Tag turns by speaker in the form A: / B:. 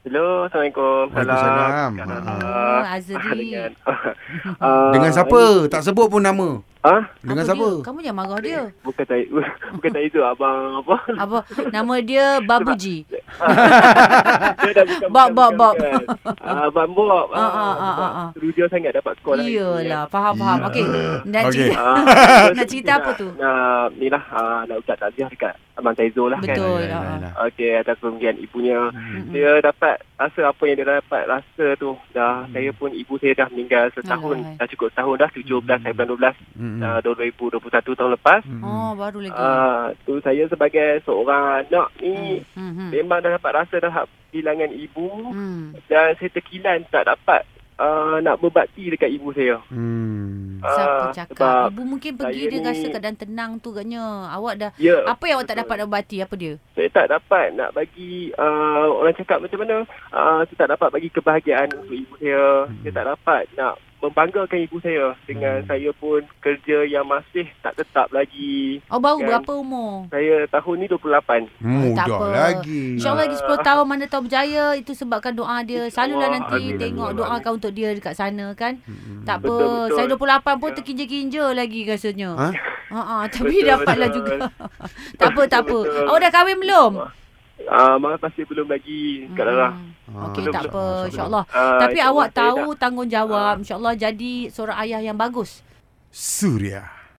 A: Hello, Assalamualaikum.
B: Waalaikumsalam.
A: Salam.
B: Ha.
A: Ah,
C: Oh, Azri.
A: Dengan, Ah,
B: Dengan siapa? Tak sebut pun nama.
A: Ah,
B: Dengan
C: Apa
B: siapa?
C: Dia? Kamu jangan marah dia.
A: eh, bukan saya bukan saya tu abang apa?
C: Apa nama dia Babuji.
A: Dia dah bukan
C: Bob, Bob, Bob.
A: Ah, abang Bob.
C: Ah, ah, ah,
A: abang Bob.
C: ah, ah.
A: Teruja sangat dapat call hari ni.
C: Iyalah, faham faham.
B: Ya.
C: Okey. Nak
B: Okey.
C: cerita.
A: Ah,
C: Nak cerita apa tu?
A: Nah, ni lah ah, nak ucap takziah dekat Abang Taizul lah kan.
C: Betul. Hmm.
B: Yalah, yalah, yalah.
A: Okey, atas pemberian ibunya.
C: Mm-mm.
A: Dia dapat rasa apa yang dia dapat rasa tu. Dah
C: Hmm.
A: saya pun ibu saya dah meninggal setahun,
C: Alahai.
A: dah cukup setahun dah
C: Hmm.
A: 17 saya bulan 12
B: Mm-mm.
A: uh, 2021 tahun lepas.
B: Mm-mm.
C: Oh, baru lagi.
A: Ah, tu saya sebagai seorang anak ni
C: Hmm, hmm.
A: memang dah dapat rasa dah kehilangan ibu
C: Hmm.
A: dan saya terkilan tak dapat uh, nak berbakti dekat ibu saya.
B: Hmm.
A: Ah,
C: Siapa
A: sebab
C: cakap? Ibu mungkin
A: saya
C: pergi dia
A: ni-
C: rasa keadaan tenang tu katnya. Awak dah
A: Ya,
C: apa yang awak tak
A: betul.
C: dapat obati? Apa dia?
A: Saya tak dapat nak bagi uh, orang cakap macam mana, uh, saya tak dapat bagi kebahagiaan untuk ibu saya.
B: Hmm.
A: Saya tak dapat nak membanggakan ibu saya dengan
B: Hmm.
A: saya pun kerja yang masih tak tetap lagi.
C: Oh, baru
A: Kan.
C: berapa umur?
A: Saya tahun ni 28.
B: Mudah
C: apa.
B: lagi.
C: InsyaAllah
A: Ah.
C: lagi 10 tahun mana tahu berjaya Itu sebabkan doa dia Selalulah
A: Wah,
C: nanti
A: amin,
C: tengok
A: amin,
C: doakan untuk dia dekat sana kan
B: Mm-mm.
C: Tak
A: Betul,
C: apa
A: betul.
C: Saya 28 pun
A: Ya.
C: terkinja-kinja lagi rasanya
B: Ha?
C: Ha ah tapi
A: Betul,
C: dapatlah
A: betul.
C: juga. tak apa tak apa.
A: Betul.
C: Awak dah kahwin belum?
A: Ah, uh, masih belum lagi kat dalam.
C: Hmm.
B: Ah,
C: Okey
A: Belum,
C: tak
A: belum.
C: apa
B: Ah,
C: insya-Allah.
A: Ah,
C: Hmm. Tapi
A: insya
C: awak
A: Allah saya Ah.
C: tahu tanggungjawab insya-Allah jadi seorang ayah yang bagus.
B: Suria.